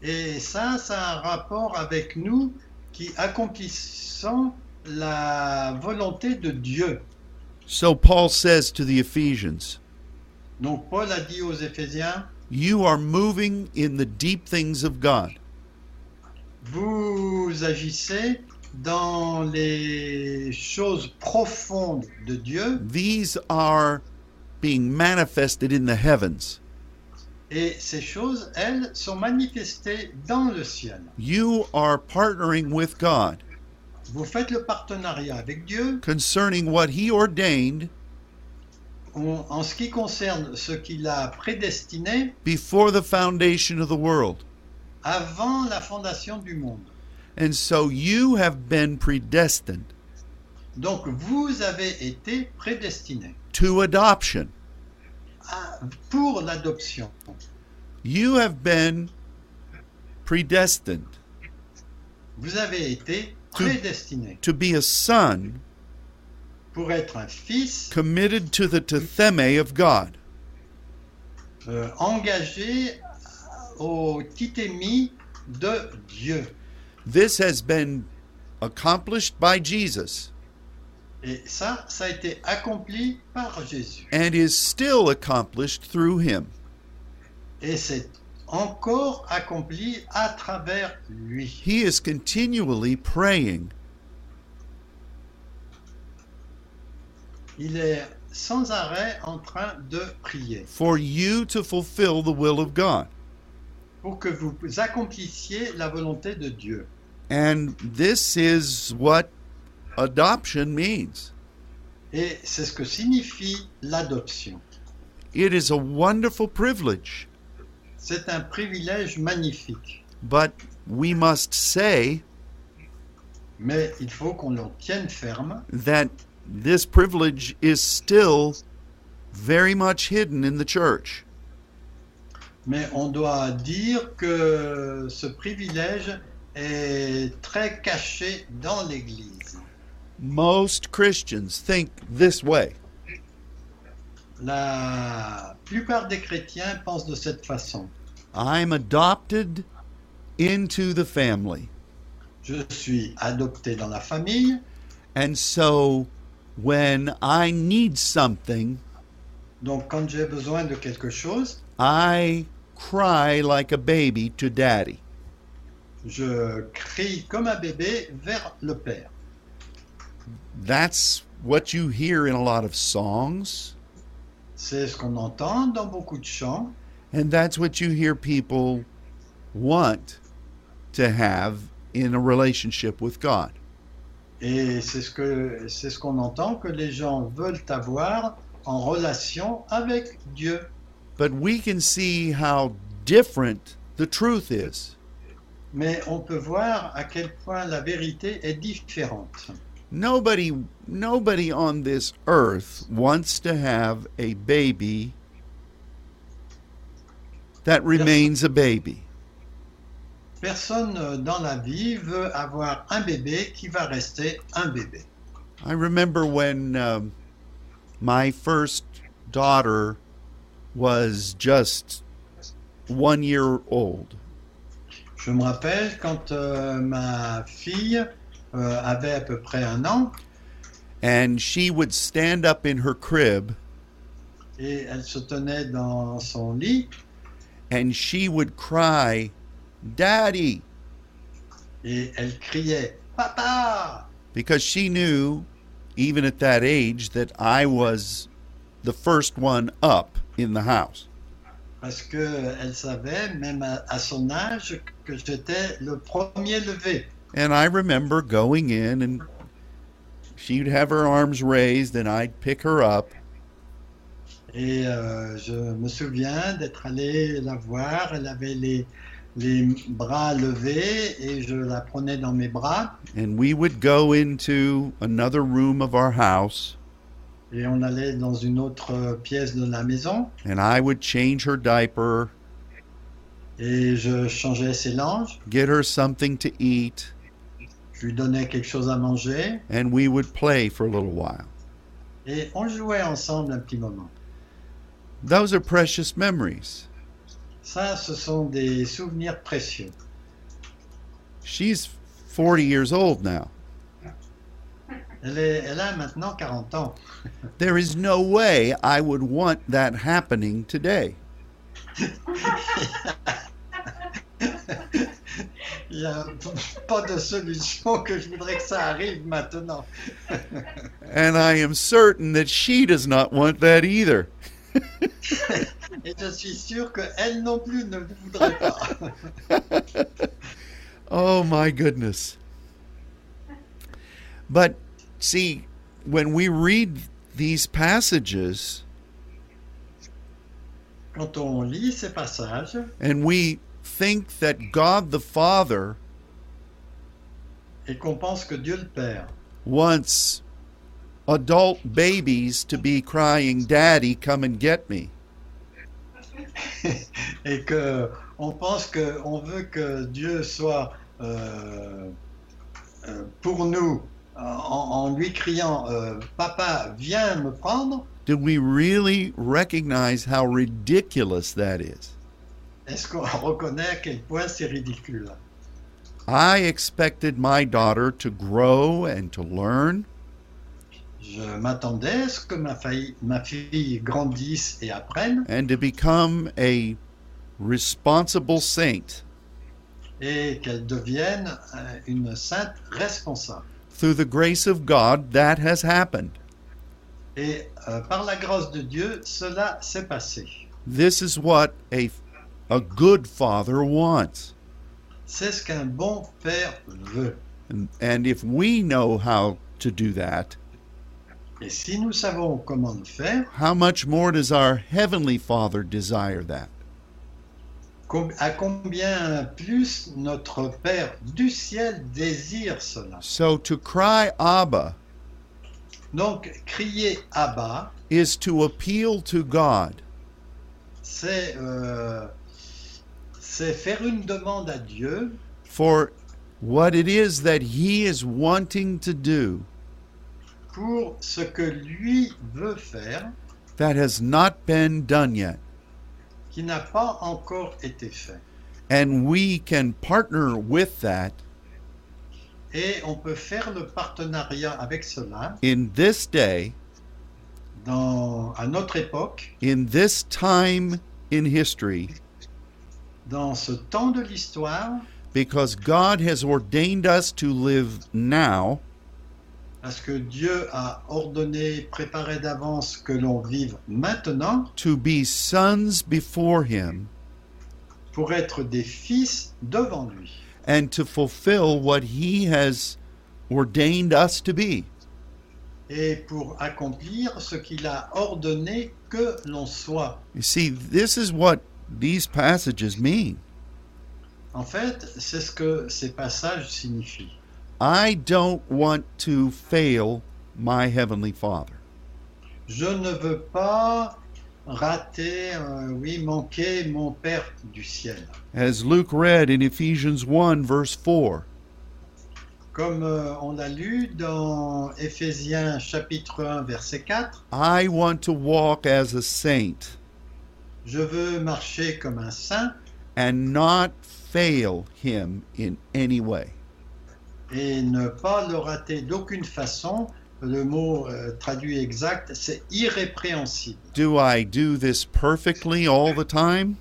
Et ça, ça a un rapport avec nous qui accomplissons la volonté de Dieu.
So Paul says to the Ephesians,
Donc Paul a dit aux Éphésiens,
You are moving in the deep things of God.
vous agissez dans les choses profondes de Dieu
These are being manifested in the heavens.
et ces choses, elles, sont manifestées dans le ciel.
You are partnering with God
Vous faites le partenariat avec Dieu
concerning what He ordained
en en ce qui concerne ce qu'il a prédestiné
before the foundation of the world.
avant la fondation du monde.
And so you have been predestined
Donc vous avez été prédestiné
to adoption.
à- Ah, pour l'adoption.
You have been predestined
Vous avez été prédestiné
to be a son
pour être un fils
committed to the tetheme of God.
euh, engagé au titémie de Dieu.
This has been accomplished by Jesus
Et ça, ça a été accompli par Jésus.
and is still accomplished through him.
Et c'est encore accompli à travers lui.
He is continually praying,
Il est sans arrêt en train de prier
For you to fulfill the will of God.
pour que vous accomplissiez la volonté de Dieu.
And this is what adoption means.
Et c'est ce que signifie l'adoption.
It is a wonderful privilege,
C'est un privilège magnifique.
but we must say
Mais il faut qu'on le tienne ferme
that this privilege is still very much hidden in the church.
Mais on doit dire que ce privilège est très caché dans l'Église.
Most Christians think this way.
La plupart des chrétiens pensent de cette façon.
I'm adopted into the family.
Je suis adopté dans la famille,
And so when I need something,
donc quand j'ai besoin de quelque chose,
I cry like a baby to daddy.
je crie comme un bébé vers le Père.
That's what you hear in a lot of songs,
C'est ce qu'on entend dans beaucoup de chants
and that's what you hear people want to have in a relationship with God.
et c'est ce que- c'est ce qu'on entend que les gens veulent avoir en relation avec Dieu.
But we can see how different the truth is.
Mais on peut voir à quel point la vérité est différente.
Nobody nobody on this earth wants to have a baby that remains a baby.
Personne euh, dans la vie veut avoir un bébé qui va rester un bébé.
I remember when um, my first daughter was just one year old.
Je me rappelle quand euh, ma fille euh, avait à peu près un an
And she would stand up in her crib
et elle se tenait dans son lit
and she would cry, Daddy,
et elle criait Papa
because she knew, even at that age, that I was the first one up in the house.
Parce qu'elle savait, même à à son âge, que j'étais le premier levé.
And I remember going in and she'd have her arms raised and I'd pick her up
Et euh, je me souviens d'être allé la voir. Elle avait les, les bras levés et je la prenais dans mes bras.
and we would go into another room of our house
Et on allait dans une autre pièce de la maison
and I would change her diaper,
et je changeais ses langes.
get her something to eat,
Je lui donnais quelque chose à manger
and we would play for a little while.
et on jouait ensemble un petit moment.
Those are precious memories.
Ça, ce sont des souvenirs précieux.
She's 40 years old now.
Elle, est- elle a maintenant 40 ans.
There is no way I would want that happening today.
<laughs> Il n'y a pas de solution que je voudrais que ça arrive maintenant. <laughs>
And I am certain that she does not want that either. <laughs>
Et je suis sûr qu'elle non plus ne le voudrait pas.
Oh my goodness. But see, when we read these passages
Quand on lit ces passages
and we think that God the Father
et qu'on pense que Dieu le Père <laughs>
wants adult babies to be crying, Daddy, come and get me.
et que on pense que on veut que Dieu soit euh, euh, pour nous en, en lui criant euh, Papa, viens me prendre.
Do we really recognize how ridiculous that is?
Est-ce qu'on reconnaît à quel point c'est ridicule
I expected my daughter to grow and to learn,
Je m'attendais à ce que ma, faille- ma fille grandisse et apprenne
and to become a responsible saint
et qu'elle devienne euh, une sainte responsable.
through the grace of God that has happened.
Et euh, par la grâce de Dieu, cela s'est passé.
This is what a a good father wants.
C'est ce qu'un bon père veut.
And, and if we know how to do that,
Et si nous savons comment le faire,
How much more does our Heavenly Father desire that?
com- à combien plus notre Père du ciel désire cela
So to cry Abba
Donc, crier Abba,
is to appeal to God.
c'est euh, c'est faire une demande à Dieu
for what it is that he is wanting to do
pour ce que lui veut faire
that has not been done yet.
qui n'a pas encore été fait.
And we can partner with that
Et on peut faire le partenariat avec cela
in this day,
dans, à notre époque,
in this time in history,
dans ce temps de l'histoire,
because God has ordained us to live now
parce que Dieu a ordonné, préparé d'avance que l'on vive maintenant
to be sons before him
pour être des fils devant lui
and to fulfill what he has ordained us to be.
et pour accomplir ce qu'il a ordonné que l'on soit.
You see, this is what these passages mean.
En fait, c'est ce que ces passages signifient.
I don't want to fail my Heavenly Father.
Je ne veux pas rater, euh, oui, manquer mon Père du ciel.
As Luke read in Ephesians 1, verse 4,
Comme euh, on l'a lu dans Ephésiens chapitre 1 verset 4,
I want to walk as a saint
je veux marcher comme un saint
and not fail him in any way.
et ne pas le rater d'aucune façon. Le mot euh, traduit exact, c'est irrépréhensible.
Do I do this perfectly all the time?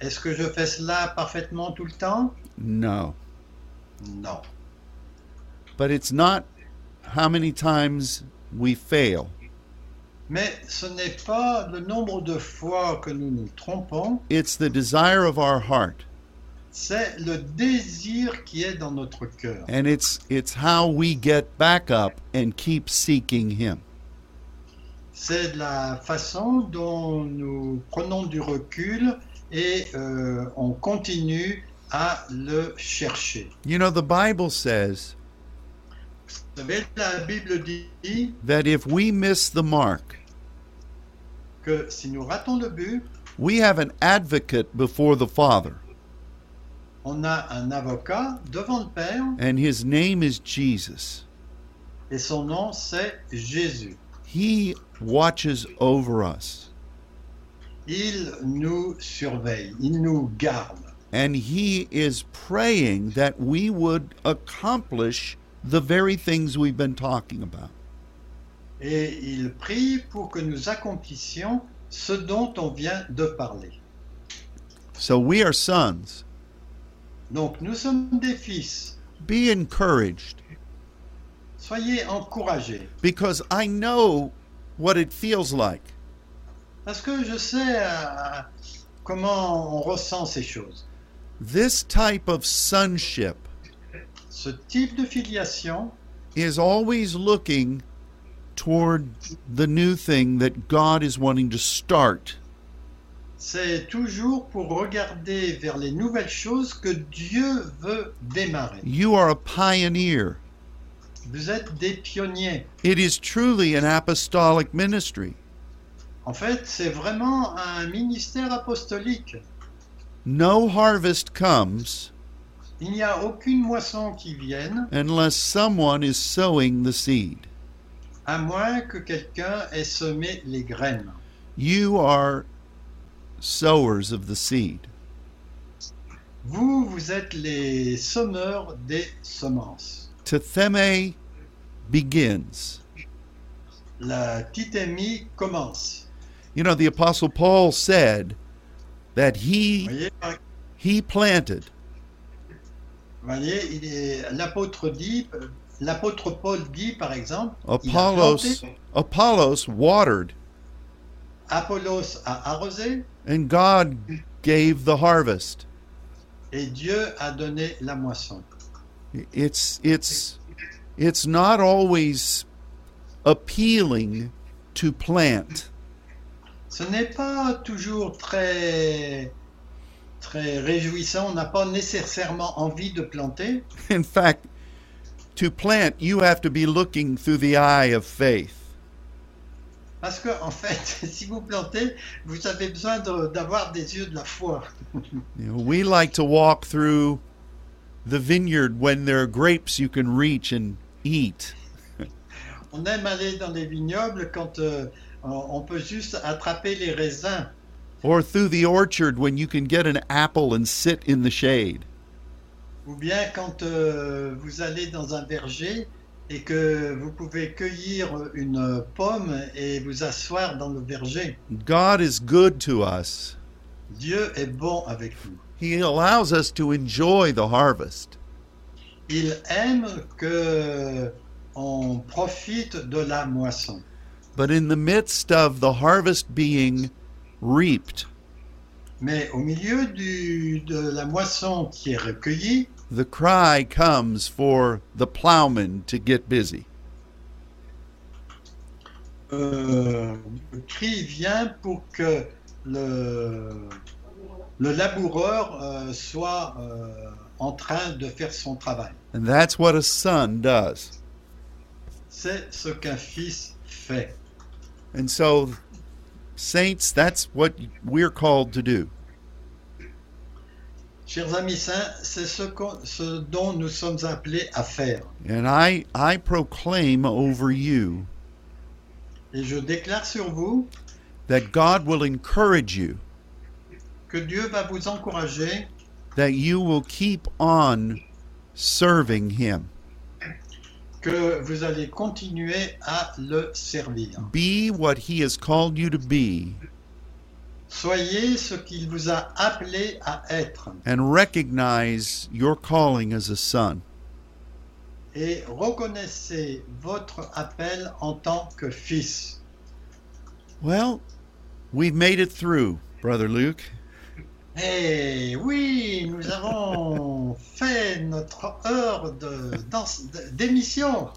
Est-ce que je fais cela parfaitement tout le temps
No.
Non.
But it's not how many times we fail,
Mais ce n'est pas le nombre de fois que nous nous trompons,
it's the desire of our heart.
c'est le désir qui est dans notre cœur.
And it's, it's how we get back up and keep seeking Him.
C'est la façon dont nous prenons du recul et euh, on continue à le chercher.
You know, the Bible says
Vous savez, la Bible dit
that if we miss the mark,
que si nous ratons le but,
we have an advocate before the Father,
on a un avocat devant le Père
and his name is Jesus.
et son nom c'est Jésus.
He watches over us,
Il nous surveille, il nous garde
and he is praying that we would accomplish the very things we've been talking about.
et il prie pour que nous accomplissions ce dont on vient de parler.
So we are sons.
Donc nous sommes des fils,
Be encouraged
soyez encouragés.
because I know what it feels like.
Parce que je sais euh, comment on ressent ces choses.
This type of sonship
Ce type de filiation
is always looking toward the new thing that God is wanting to start.
c'est toujours pour regarder vers les nouvelles choses que Dieu veut démarrer.
You are a pioneer.
Vous êtes des pionniers.
It is truly an apostolic ministry.
En fait, c'est vraiment un ministère apostolique.
No harvest comes
Il n'y a aucune moisson qui vienne
unless someone is sowing the seed.
à moins que quelqu'un ait semé les graines.
You are sowers of the seed.
Vous, vous êtes les semeurs des semences.
Tetheme begins.
La titémie commence.
You know, the apostle Paul said that
Vous
he
voyez, par
he planted,
Vous voyez, il est- l'apôtre dit, l'apôtre Paul dit par exemple, il a
Apollos
planté,
Apollos watered,
Apollos a arrosé
and God gave the harvest.
et Dieu a donné la moisson.
It's it's it's not always appealing to plant. <laughs>
Ce n'est pas toujours très, très réjouissant. On n'a pas nécessairement envie de planter.
In fact, to plant, you have to be looking through the eye of faith.
Parce que, en fait, <laughs> si vous plantez, vous avez besoin de- d'avoir des yeux de la foi.
You know, we like to walk through the vineyard when there are grapes you can reach and eat.
On aime aller dans les vignobles quand euh, on on peut juste attraper les raisins
Or through the orchard when you can get an apple and sit in the shade.
ou bien quand euh, vous allez dans un verger et que vous pouvez cueillir une pomme et vous asseoir dans le verger.
God is good to us.
Dieu est bon avec nous.
He allows us to enjoy the harvest.
Il aime que on profite de la moisson.
But in the midst of the harvest being reaped,
Mais au milieu du- de la moisson qui est recueillie,
the cry comes for the plowman to get busy.
euh, le cri vient pour que le, le laboureur euh, soit euh, en train de faire son travail.
And that's what a son does.
C'est ce qu'un fils fait.
And so, saints, that's what we're called to do.
Chers amis saints, c'est ce, qu'on- ce dont nous sommes appelés à faire.
And I, I proclaim over you
Et je déclare sur vous
that God will encourage you,
que Dieu va vous encourager,
that you will keep on serving Him.
que vous allez continuer à le servir.
Be what He has called you to be
Soyez ce qu'il vous a appelé à être
and recognize your calling as a son.
et reconnaissez votre appel en tant que fils.
Well, we've made it through, Brother Luke.
Eh oui, nous avons fait notre heure de- dans- de- d'émission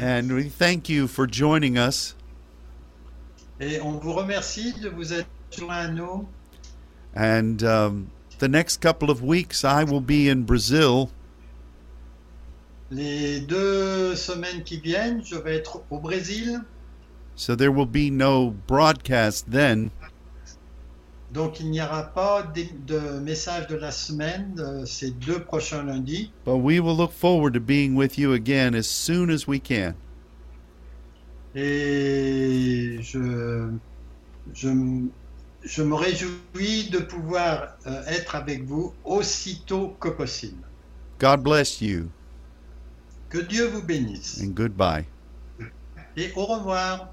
And we thank you for joining us.
et on vous remercie de vous être joints à nous.
And um, the next couple of weeks, I will be in Brazil
Les deux semaines qui viennent, je vais être au Brésil,
So there will be no broadcast then,
donc il n'y aura pas d'é- de message de la semaine euh, ces deux prochains lundis.
but we will look forward to being with you again as soon as we can.
Et je, je, m- je me réjouis de pouvoir euh, être avec vous aussitôt que possible.
God bless you
Que Dieu vous bénisse.
and goodbye.
Et au revoir.